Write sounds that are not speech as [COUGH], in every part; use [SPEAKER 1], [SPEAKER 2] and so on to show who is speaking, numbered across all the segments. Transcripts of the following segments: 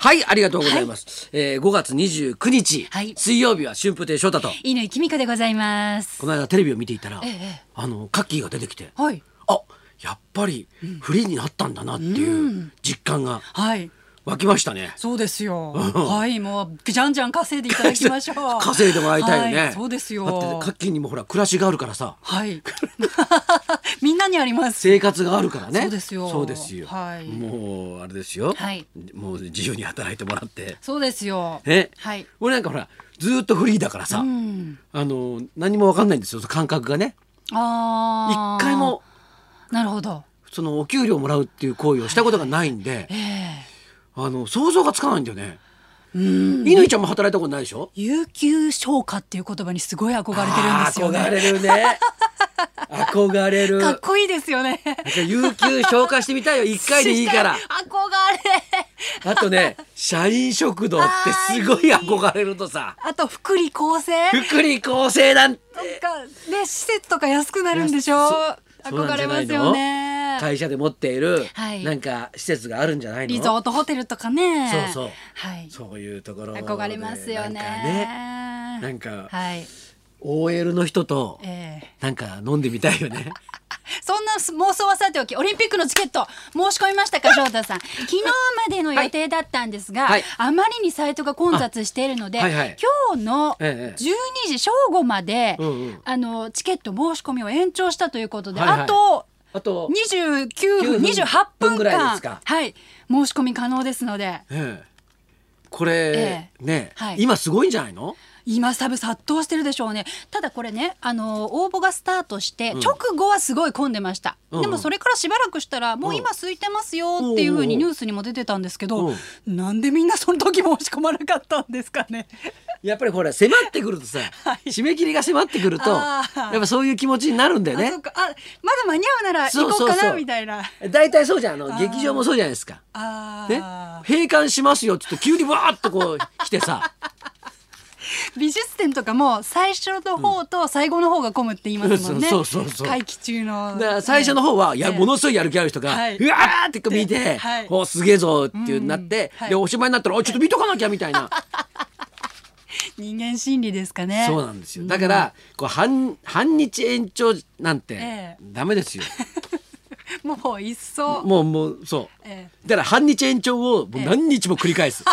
[SPEAKER 1] はい、ありがとうございます。えー5月29日、
[SPEAKER 2] はい
[SPEAKER 1] 水曜日は春風亭昇太と、
[SPEAKER 2] 犬井君香でございます。
[SPEAKER 1] この間テレビを見ていたら、
[SPEAKER 2] ええ
[SPEAKER 1] あの、カッキーが出てきて、
[SPEAKER 2] はい。
[SPEAKER 1] あ、やっぱりフリーになったんだなっていう実感が
[SPEAKER 2] はい。
[SPEAKER 1] 湧きましたね。
[SPEAKER 2] そうですよ。はい、もうじゃんじゃん稼いでいただきましょう。
[SPEAKER 1] 稼いでもらいたいよね。
[SPEAKER 2] はそうですよ。
[SPEAKER 1] だってカッキーにもほら、暮らしがあるからさ、
[SPEAKER 2] はい。みんなにあります。
[SPEAKER 1] 生活があるからね。
[SPEAKER 2] そうですよ
[SPEAKER 1] そうですよ
[SPEAKER 2] はい
[SPEAKER 1] もう、あれですよ、
[SPEAKER 2] はい
[SPEAKER 1] もう自由に働いてもらって。
[SPEAKER 2] そうですよ。
[SPEAKER 1] ね、
[SPEAKER 2] はい。
[SPEAKER 1] 俺なんかほら、ずーっとフリーだからさ、
[SPEAKER 2] うん。
[SPEAKER 1] あの、何もわかんないんですよ、その感覚がね。
[SPEAKER 2] ああ。
[SPEAKER 1] 一回も。
[SPEAKER 2] なるほど。
[SPEAKER 1] そのお給料もらうっていう行為をしたことがないんで
[SPEAKER 2] え、え
[SPEAKER 1] あの想像がつかないんだよね。
[SPEAKER 2] うん。
[SPEAKER 1] 犬ちゃんも働いたことないでしょ。
[SPEAKER 2] 有給消化っていう言葉にすごい憧れてるんですよ
[SPEAKER 1] 憧
[SPEAKER 2] ね。
[SPEAKER 1] れるね。憧
[SPEAKER 2] [LAUGHS]
[SPEAKER 1] れる。
[SPEAKER 2] か
[SPEAKER 1] な
[SPEAKER 2] っこいいですよね。
[SPEAKER 1] んか有給消化してみたいよ、一回でいい
[SPEAKER 2] [LAUGHS]
[SPEAKER 1] から。
[SPEAKER 2] 憧れ。
[SPEAKER 1] あとね、社員食堂ってすごい憧れると
[SPEAKER 2] [LAUGHS]
[SPEAKER 1] さ。
[SPEAKER 2] あと福利厚生。
[SPEAKER 1] 福利厚生なんて。
[SPEAKER 2] なんかね施設とか安くなるんでしょ
[SPEAKER 1] そそうな
[SPEAKER 2] 憧
[SPEAKER 1] んじ
[SPEAKER 2] れ
[SPEAKER 1] ゃ
[SPEAKER 2] ま
[SPEAKER 1] ない
[SPEAKER 2] す
[SPEAKER 1] の
[SPEAKER 2] よね
[SPEAKER 1] 会社で持っている、
[SPEAKER 2] はい
[SPEAKER 1] なんか施設があるんじゃないの。
[SPEAKER 2] リゾートホテルとかね
[SPEAKER 1] そうそう
[SPEAKER 2] はい
[SPEAKER 1] そういうところで。
[SPEAKER 2] 憧れますよね
[SPEAKER 1] なんかね。なんか、
[SPEAKER 2] はい
[SPEAKER 1] OL の人と、
[SPEAKER 2] ええ
[SPEAKER 1] なんか飲んでみたいよね。
[SPEAKER 2] そんな妄想はさておきオリンピックのチケット申し込みましたか翔太さん昨日までの予定だったんですが、
[SPEAKER 1] はい
[SPEAKER 2] あまりにサイトが混雑しているので、
[SPEAKER 1] あはいはい
[SPEAKER 2] 今日の
[SPEAKER 1] ええ
[SPEAKER 2] 12時正午まで、
[SPEAKER 1] うんうん
[SPEAKER 2] あのチケット申し込みを延長したということで、
[SPEAKER 1] はいはい
[SPEAKER 2] [LAUGHS] あと
[SPEAKER 1] あと、
[SPEAKER 2] 29分
[SPEAKER 1] 9
[SPEAKER 2] 28分間
[SPEAKER 1] 分ぐらいですか
[SPEAKER 2] はい申し込み可能ですので
[SPEAKER 1] ええこれ
[SPEAKER 2] え、え
[SPEAKER 1] ね、
[SPEAKER 2] はい
[SPEAKER 1] 今すごいんじゃないの
[SPEAKER 2] 今サブ殺到してるでしょうねただこれねあの応募がスタートして直後はすごい混んでました、
[SPEAKER 1] うん
[SPEAKER 2] でもそれからしばらくしたらもう今空いてますよっていうふうにニュースにも出てたんですけ
[SPEAKER 1] う
[SPEAKER 2] ど
[SPEAKER 1] ん
[SPEAKER 2] なんでみんなその時申し込まなかったんですかね
[SPEAKER 1] やっぱりほら迫ってくるとさ、締め切りが迫ってくるとや
[SPEAKER 2] あー
[SPEAKER 1] っぱそういう気持ちになるんだよ
[SPEAKER 2] あ
[SPEAKER 1] ね
[SPEAKER 2] そっかあまだ間に合うなら行
[SPEAKER 1] そう
[SPEAKER 2] こ
[SPEAKER 1] そうう
[SPEAKER 2] か
[SPEAKER 1] そ
[SPEAKER 2] な
[SPEAKER 1] う
[SPEAKER 2] みたいな
[SPEAKER 1] 大体そうじゃんあの劇場もそうじゃないですか、
[SPEAKER 2] あ
[SPEAKER 1] ね
[SPEAKER 2] あ、、
[SPEAKER 1] 閉館しますよって言って急にわーっとこう来て
[SPEAKER 2] [LAUGHS]
[SPEAKER 1] さ
[SPEAKER 2] 美術展とかも最初の方と最後の方が混むって言いますもんね、
[SPEAKER 1] そうそうそうそう
[SPEAKER 2] 会期中の、
[SPEAKER 1] だから最初の方は、いや
[SPEAKER 2] ええ
[SPEAKER 1] ものすごいやる気ある人が、
[SPEAKER 2] はいう
[SPEAKER 1] わーってこう見て、
[SPEAKER 2] はい
[SPEAKER 1] おすげえぞっていうなって、
[SPEAKER 2] うんはい
[SPEAKER 1] でおしまいになったらおちょっと見とかなきゃみたいな
[SPEAKER 2] 人間心理ですかね。
[SPEAKER 1] そうなんですよだから、こう半半日延長なんて
[SPEAKER 2] ええ
[SPEAKER 1] ダメですよ、
[SPEAKER 2] もう一層。
[SPEAKER 1] もうもうそう
[SPEAKER 2] え
[SPEAKER 1] だから半日延長をもう何日も繰り返
[SPEAKER 2] [LAUGHS]
[SPEAKER 1] す。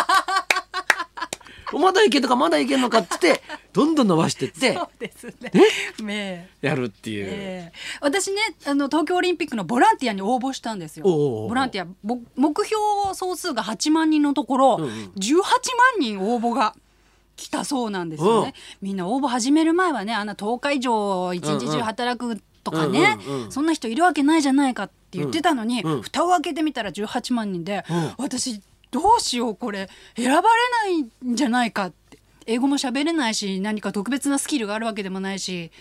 [SPEAKER 1] まだいけんのかまだいけんのかっつってどんどん伸ばしてっ
[SPEAKER 2] え
[SPEAKER 1] て
[SPEAKER 2] そうですね。ね
[SPEAKER 1] やるっていう。
[SPEAKER 2] えええ私ねあの東京オリンピックのボランティアに応募したんですよ
[SPEAKER 1] おうおうおう
[SPEAKER 2] ボランティアぼ目標総数が8万人のところ、
[SPEAKER 1] うんうん
[SPEAKER 2] 18万人応募が来たそうなんですよねみんな応募始める前はねあんな10日以上一日中働くとかね、
[SPEAKER 1] うんうんうん
[SPEAKER 2] そんな人いるわけないじゃないかって言ってたのに、
[SPEAKER 1] うんうん
[SPEAKER 2] 蓋を開けてみたら18万人で、
[SPEAKER 1] うん
[SPEAKER 2] 私どうしようこれ選ばれないんじゃないかって英語も喋れないし何か特別なスキルがあるわけでもないし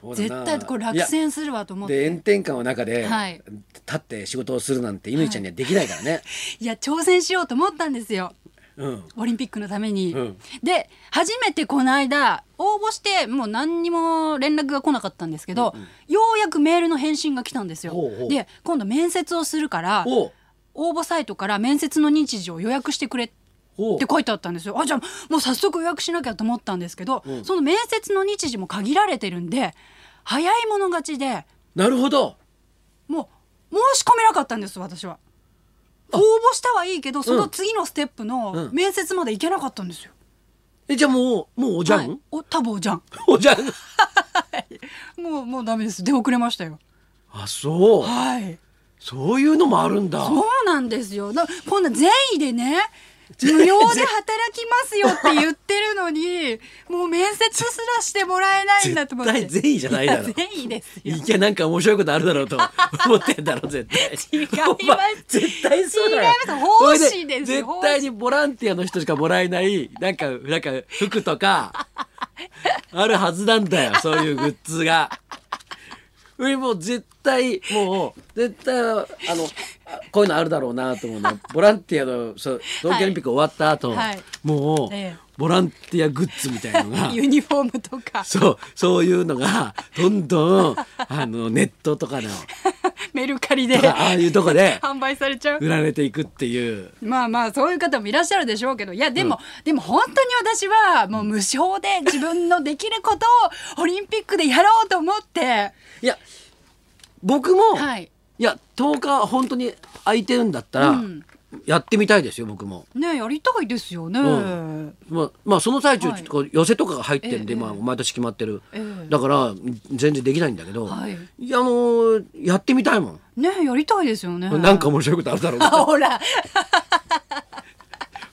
[SPEAKER 1] そうだな
[SPEAKER 2] 絶対これ落選するわと思っ
[SPEAKER 1] で炎
[SPEAKER 2] て
[SPEAKER 1] 天下の中で、
[SPEAKER 2] はい
[SPEAKER 1] 立って仕事をするなんて犬ちゃんにはできないからね。
[SPEAKER 2] いや挑戦しようと思ったんですよ
[SPEAKER 1] うん。
[SPEAKER 2] オリンピックのために、
[SPEAKER 1] うん
[SPEAKER 2] で初めてこの間応募してもう何にも連絡が来なかったんですけど、ようやくメールの返信が来たんですよ
[SPEAKER 1] ほうほう
[SPEAKER 2] で今度面接をするから
[SPEAKER 1] おう
[SPEAKER 2] 応募サイトから面接の日時を予約してくれって
[SPEAKER 1] おう
[SPEAKER 2] って書いてあったんですよあじゃあもう早速予約しなきゃと思ったんですけど、
[SPEAKER 1] うん
[SPEAKER 2] その面接の日時も限られてるんで早い者勝ちで
[SPEAKER 1] なるほど。
[SPEAKER 2] もう申し込めなかったんです私は応募したはいいけどその次のステップ
[SPEAKER 1] う
[SPEAKER 2] の
[SPEAKER 1] ん
[SPEAKER 2] 面接まで行けなかったんですよ、
[SPEAKER 1] えじゃあもうもうおじゃん、
[SPEAKER 2] はい、お多分おじゃん
[SPEAKER 1] [LAUGHS] おじゃん。
[SPEAKER 2] もうもうダメです出遅れましたよ
[SPEAKER 1] あそう
[SPEAKER 2] はい
[SPEAKER 1] そういうのもあるんだ。
[SPEAKER 2] そうなんですよだこんな善意でね無料で働きますよって言ってる
[SPEAKER 1] [LAUGHS]
[SPEAKER 2] のにもう面接すらしてもらえないんだと思って
[SPEAKER 1] 絶対善意じゃない
[SPEAKER 2] [LAUGHS]
[SPEAKER 1] だろ
[SPEAKER 2] や善意ですよ
[SPEAKER 1] いけなんか面白いことあるだろ
[SPEAKER 2] [LAUGHS]
[SPEAKER 1] うと思ってんだろ絶対
[SPEAKER 2] 違います
[SPEAKER 1] お前絶対そうだよ
[SPEAKER 2] 違います奉仕です
[SPEAKER 1] それ絶対にボランティアの人しかもらえないなんかなんか服と
[SPEAKER 2] [LAUGHS]
[SPEAKER 1] かあるはずなんだよそういうグッズが俺もう絶対もう絶対あのあこういうのあるだろうなと思うのボランティアのそう東京オリンピック終わった後、
[SPEAKER 2] はい
[SPEAKER 1] もう、
[SPEAKER 2] ええ
[SPEAKER 1] ボランティアグッズみたい
[SPEAKER 2] [LAUGHS]
[SPEAKER 1] なのが
[SPEAKER 2] ユニフォームとか
[SPEAKER 1] そう、そういうのが、どんどん、あの、ネットとかの、
[SPEAKER 2] メルカリで
[SPEAKER 1] とかああいうとこで
[SPEAKER 2] 販売されちゃう
[SPEAKER 1] 売られていくっていう
[SPEAKER 2] まあまあそういう方もいらっしゃるでしょうけどいやでも、でも本当に私はもう無償で自分のできることをオリンピックでやろうと思って
[SPEAKER 1] いや僕も、
[SPEAKER 2] はい
[SPEAKER 1] いや10日本当に空いてるんだったら、
[SPEAKER 2] うん
[SPEAKER 1] やってみたいですよ僕も。
[SPEAKER 2] ねやりたいですよね、
[SPEAKER 1] うんまあ、まあその最中
[SPEAKER 2] はい
[SPEAKER 1] ちょっとこう寄せとかが入ってんで、
[SPEAKER 2] ええ
[SPEAKER 1] まあ、毎年決まってる、
[SPEAKER 2] ええ
[SPEAKER 1] だから全然できないんだけど、
[SPEAKER 2] はい
[SPEAKER 1] やあのーやってみたいもん、
[SPEAKER 2] ねやりたいですよね
[SPEAKER 1] なんか面白いことあるだろうな
[SPEAKER 2] あ [LAUGHS] ほら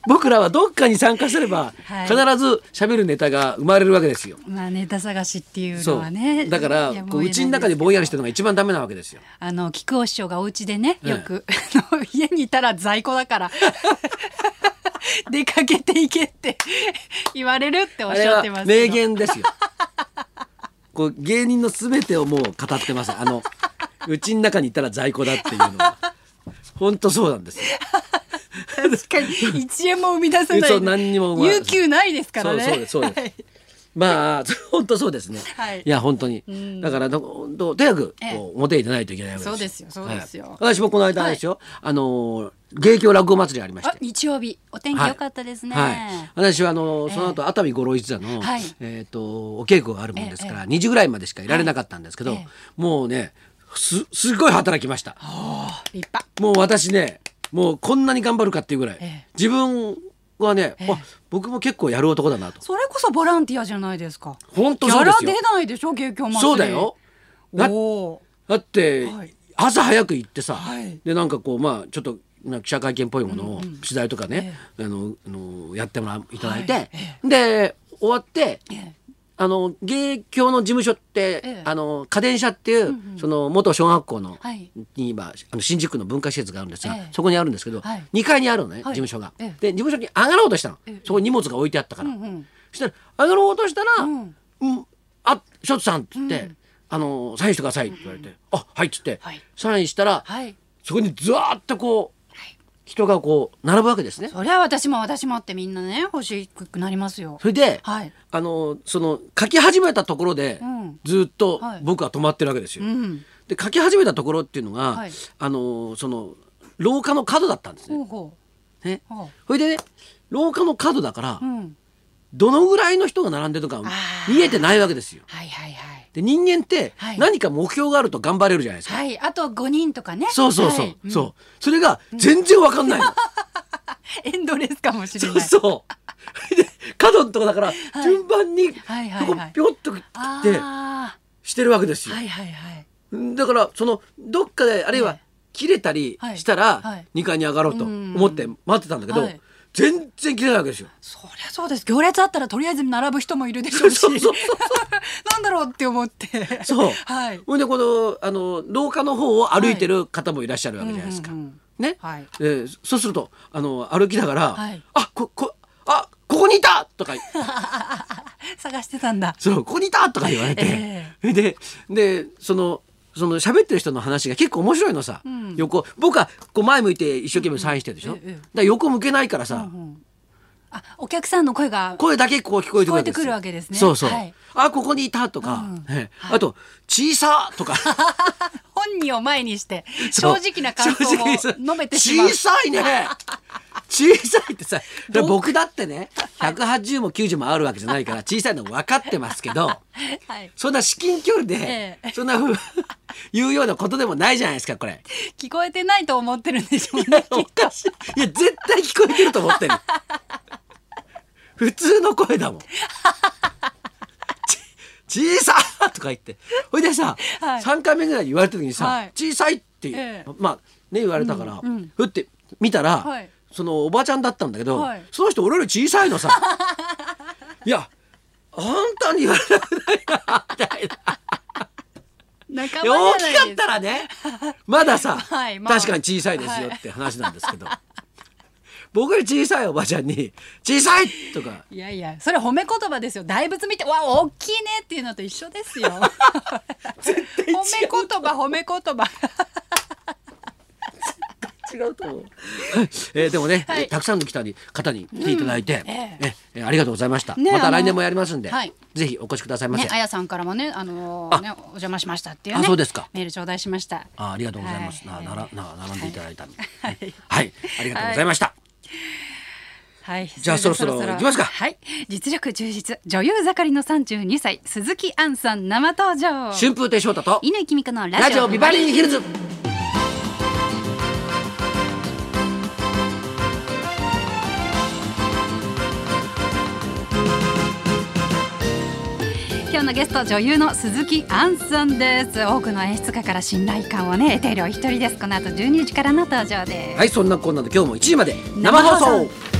[SPEAKER 1] 僕らはどっかに参加すれば、
[SPEAKER 2] はい
[SPEAKER 1] 必ず喋るネタが生まれるわけですよ。
[SPEAKER 2] まあネタ探しっていう
[SPEAKER 1] そ
[SPEAKER 2] の
[SPEAKER 1] う
[SPEAKER 2] はね
[SPEAKER 1] だか
[SPEAKER 2] いや
[SPEAKER 1] ら
[SPEAKER 2] も
[SPEAKER 1] こう
[SPEAKER 2] 言えないう
[SPEAKER 1] ちの中でぼんやりしてるのが一番ダメなわけですよ。
[SPEAKER 2] あの木久扇師匠がお家でね
[SPEAKER 1] ええ
[SPEAKER 2] よく、あの家にいたら在庫だから
[SPEAKER 1] [LAUGHS]
[SPEAKER 2] 出かけていけって言われるっておっ
[SPEAKER 1] あ
[SPEAKER 2] し
[SPEAKER 1] れ
[SPEAKER 2] ゃ
[SPEAKER 1] は
[SPEAKER 2] ってますけど
[SPEAKER 1] 名言ですよ。こう芸人のすべてをもう語ってます。あの [LAUGHS] うちの中にいたら在庫だっていうのは本当そうなんですよ。
[SPEAKER 2] 確かに1円も生み出せない
[SPEAKER 1] そう何にも生まれ
[SPEAKER 2] 有給ないですからね
[SPEAKER 1] そうですそうです
[SPEAKER 2] はい
[SPEAKER 1] まあ [LAUGHS] 本当そうですね。
[SPEAKER 2] はい
[SPEAKER 1] いや本当に
[SPEAKER 2] ん
[SPEAKER 1] だからど本当とにかく
[SPEAKER 2] ええ
[SPEAKER 1] こう表に出ないといけないわけですよ。
[SPEAKER 2] そうですよそうですよ
[SPEAKER 1] はい私もこの間あれですよ。あのー芸協落語祭りありまし
[SPEAKER 2] あ
[SPEAKER 1] て。
[SPEAKER 2] 日曜日お天気
[SPEAKER 1] はい
[SPEAKER 2] 良かったですね、
[SPEAKER 1] はい、私はあのその後熱海五郎一座の、
[SPEAKER 2] はい
[SPEAKER 1] えー、とお稽古があるもんですから、
[SPEAKER 2] え
[SPEAKER 1] 2時ぐらいまでしかいられなかったんですけど、
[SPEAKER 2] はいええ
[SPEAKER 1] もうねすすごい働きました
[SPEAKER 2] 立派
[SPEAKER 1] もう私ねもうこんなに頑張るかっていうぐらい、
[SPEAKER 2] ええ
[SPEAKER 1] 自分はね、
[SPEAKER 2] ええ
[SPEAKER 1] あ僕も結構やる男だなと
[SPEAKER 2] それこそボランティアじゃないですか
[SPEAKER 1] 本当
[SPEAKER 2] ギ
[SPEAKER 1] そ
[SPEAKER 2] ャ
[SPEAKER 1] うで
[SPEAKER 2] ラ
[SPEAKER 1] すよ
[SPEAKER 2] 出ないでしょ芸協祭り
[SPEAKER 1] そうだよだ
[SPEAKER 2] おお
[SPEAKER 1] だって、
[SPEAKER 2] はい
[SPEAKER 1] 朝早く行ってさ、
[SPEAKER 2] はい
[SPEAKER 1] でなんかこうまあちょっとなんか記者会見っぽいものを取材とかね、あのあのやってもらいただいて、
[SPEAKER 2] はい
[SPEAKER 1] で終わって、
[SPEAKER 2] ーえ
[SPEAKER 1] あの芸協の事務所って、
[SPEAKER 2] ええ
[SPEAKER 1] あの家電車っていう、その元小学校の、
[SPEAKER 2] はい
[SPEAKER 1] に今あの新宿区の文化施設があるんですが、
[SPEAKER 2] ええ
[SPEAKER 1] そこにあるんですけど、
[SPEAKER 2] はい
[SPEAKER 1] 2階にあるのね、
[SPEAKER 2] はい
[SPEAKER 1] 事務所が。
[SPEAKER 2] ええ
[SPEAKER 1] で事務所に上がろうとしたの、
[SPEAKER 2] ええ
[SPEAKER 1] そこに荷物が置いてあったから。
[SPEAKER 2] うんうん
[SPEAKER 1] そしたら上がろうとしたら「
[SPEAKER 2] うん
[SPEAKER 1] うんあしょっちさん」っつって、あの「サインしてください」って言われて「あはい」っつって、
[SPEAKER 2] はい
[SPEAKER 1] サインしたら、
[SPEAKER 2] はい
[SPEAKER 1] そこにずわーっとこう
[SPEAKER 2] はい
[SPEAKER 1] 人がこう並ぶわけですね。
[SPEAKER 2] そりゃ私も私もってみんなね欲しくなりますよ
[SPEAKER 1] それで、
[SPEAKER 2] はい
[SPEAKER 1] あのその書き始めたところで、
[SPEAKER 2] うん
[SPEAKER 1] ずっと
[SPEAKER 2] はい
[SPEAKER 1] 僕は止まってるわけですよ。
[SPEAKER 2] うん
[SPEAKER 1] で書き始めたところっていうのが、
[SPEAKER 2] はい
[SPEAKER 1] あのその廊下の角だったんですね。
[SPEAKER 2] ほうほ
[SPEAKER 1] ね
[SPEAKER 2] うほ
[SPEAKER 1] それでね廊下の角だから、
[SPEAKER 2] ううん
[SPEAKER 1] どのぐらいの人が並んでるのか
[SPEAKER 2] あー
[SPEAKER 1] 見えてないわけですよ。
[SPEAKER 2] はいはいはい
[SPEAKER 1] で人間って
[SPEAKER 2] はい
[SPEAKER 1] 何か目標があると頑張れるじゃないですか。
[SPEAKER 2] はいあと5人とかね
[SPEAKER 1] そうそうそう、
[SPEAKER 2] はいん
[SPEAKER 1] そうそれが全然わかんないの。
[SPEAKER 2] エンドレスかもしれ
[SPEAKER 1] そ
[SPEAKER 2] な
[SPEAKER 1] う
[SPEAKER 2] い
[SPEAKER 1] そう。 [LAUGHS] で角のとこだから
[SPEAKER 2] い
[SPEAKER 1] 順番に
[SPEAKER 2] はいはい
[SPEAKER 1] ここ
[SPEAKER 2] はい
[SPEAKER 1] ぴょっと来
[SPEAKER 2] あ
[SPEAKER 1] て
[SPEAKER 2] あ
[SPEAKER 1] してるわけですよ
[SPEAKER 2] は。いはいはい
[SPEAKER 1] だからそのどっかであるいは
[SPEAKER 2] ね
[SPEAKER 1] 切れたり
[SPEAKER 2] はい
[SPEAKER 1] した
[SPEAKER 2] は
[SPEAKER 1] ら
[SPEAKER 2] い
[SPEAKER 1] 2階に上がろうと思って待ってたんだけど
[SPEAKER 2] はい
[SPEAKER 1] 全然切れないわけですよ。
[SPEAKER 2] そりゃそうです行列あったらとりあえず並ぶ人もいるでしょうし
[SPEAKER 1] そうそうそう
[SPEAKER 2] なんだろうって思って
[SPEAKER 1] そう
[SPEAKER 2] はい
[SPEAKER 1] ほんでこのあの廊下の方を歩いてる方もいらっしゃるわけじゃないですか
[SPEAKER 2] うんうんうん。
[SPEAKER 1] ね
[SPEAKER 2] はい
[SPEAKER 1] えーそうするとあの歩きながら
[SPEAKER 2] はい
[SPEAKER 1] 「あここあここにいた!」とか
[SPEAKER 2] 探してたんだ
[SPEAKER 1] 「そうここにいた!」とか言われて
[SPEAKER 2] え
[SPEAKER 1] ででその。その喋ってる人の話が結構面白いのさ、
[SPEAKER 2] ん
[SPEAKER 1] 横僕はこう前向いて一生懸命サインしてるでしょ、
[SPEAKER 2] うんうんええ
[SPEAKER 1] だから横向けないからさ、
[SPEAKER 2] あお客さんの声が
[SPEAKER 1] 声だけこう聞こえてくるわけですよ
[SPEAKER 2] 聞こえてくるわけですね
[SPEAKER 1] そうそう。
[SPEAKER 2] はい
[SPEAKER 1] あここにいたとか、
[SPEAKER 2] うん
[SPEAKER 1] ね
[SPEAKER 2] はい
[SPEAKER 1] あと小さとか
[SPEAKER 2] 本人を前にして
[SPEAKER 1] そ
[SPEAKER 2] [LAUGHS] 正
[SPEAKER 1] う
[SPEAKER 2] 直な感想
[SPEAKER 1] 正直
[SPEAKER 2] を
[SPEAKER 1] にさ
[SPEAKER 2] 述べてしまう
[SPEAKER 1] 小さい
[SPEAKER 2] [LAUGHS]
[SPEAKER 1] ね。小さいってさ、だから僕だってね、180も90もあるわけじゃないから小さいの分かってますけど、
[SPEAKER 2] はい、
[SPEAKER 1] そんな至近距離で
[SPEAKER 2] ええ
[SPEAKER 1] そんなふう言うようなことでもないじゃないですかこれ。
[SPEAKER 2] 聞こえてないと思ってるんでしょ
[SPEAKER 1] [LAUGHS]
[SPEAKER 2] うね
[SPEAKER 1] おかしい。いや絶対聞こえてると思ってる。普通の声だもん。ち小さーとか言って。ほいでさ、
[SPEAKER 2] はい
[SPEAKER 1] 三3回目ぐらいに言われた時にさ、
[SPEAKER 2] はい
[SPEAKER 1] 小さいって、
[SPEAKER 2] ええ
[SPEAKER 1] まあね言われたから、
[SPEAKER 2] うんうん
[SPEAKER 1] ふって見たら、
[SPEAKER 2] はい
[SPEAKER 1] そのおばちゃんだったんだけど、
[SPEAKER 2] はい
[SPEAKER 1] その人俺より小さいのさ。いや、あんたに言われたくないなみたいな。
[SPEAKER 2] 仲
[SPEAKER 1] いや
[SPEAKER 2] 間
[SPEAKER 1] 大
[SPEAKER 2] じゃ
[SPEAKER 1] き
[SPEAKER 2] な
[SPEAKER 1] か
[SPEAKER 2] い
[SPEAKER 1] っ
[SPEAKER 2] です
[SPEAKER 1] たらねまださ、
[SPEAKER 2] [LAUGHS] はいまあ
[SPEAKER 1] 確かに小さいですよって話なんですけど、僕より小さいおばちゃんに「小さい!」とか
[SPEAKER 2] いやいやそれ褒め言葉ですよ大仏見てわ大きいねっていうのと一緒です
[SPEAKER 1] [LAUGHS]
[SPEAKER 2] よ褒め言葉褒め言葉
[SPEAKER 1] 違うと思う。はい [LAUGHS] えーでもね、
[SPEAKER 2] は
[SPEAKER 1] え
[SPEAKER 2] い
[SPEAKER 1] ーたくさんの方に方に来ていただいて、
[SPEAKER 2] うんえ
[SPEAKER 1] ええーありがとうございました。
[SPEAKER 2] ね
[SPEAKER 1] また
[SPEAKER 2] あの
[SPEAKER 1] 来年もやりますんで、
[SPEAKER 2] はい
[SPEAKER 1] ぜひお越しくださいませ。
[SPEAKER 2] ね、あやさんからもね、あのーね、お邪魔しましたっていうね。
[SPEAKER 1] あそうですか
[SPEAKER 2] メール頂戴しました。
[SPEAKER 1] あありがとうございます。
[SPEAKER 2] はい
[SPEAKER 1] なならな並んでいただいたの、
[SPEAKER 2] はい
[SPEAKER 1] ねはい、ありがとうございました。
[SPEAKER 2] はい。
[SPEAKER 1] じゃあそろそろ行きますか
[SPEAKER 2] はい。実力充実、女優盛りの三十二歳、鈴木杏さん生登場。
[SPEAKER 1] 春風亭昇太と
[SPEAKER 2] 犬君香のラ
[SPEAKER 1] ラ
[SPEAKER 2] ジ
[SPEAKER 1] ジ
[SPEAKER 2] オ
[SPEAKER 1] オ
[SPEAKER 2] ビ
[SPEAKER 1] ビ
[SPEAKER 2] バ
[SPEAKER 1] バ
[SPEAKER 2] リ
[SPEAKER 1] リ
[SPEAKER 2] ー
[SPEAKER 1] ー
[SPEAKER 2] ヒ
[SPEAKER 1] ヒ
[SPEAKER 2] ル
[SPEAKER 1] ル
[SPEAKER 2] ズ。
[SPEAKER 1] ズ。
[SPEAKER 2] 今日のゲスト女優の鈴木杏さんです。多くの演出家から信頼感をね得ているお一人です。この後12時からの登場です。
[SPEAKER 1] はい、そんなこんなで今日も1時まで生放送。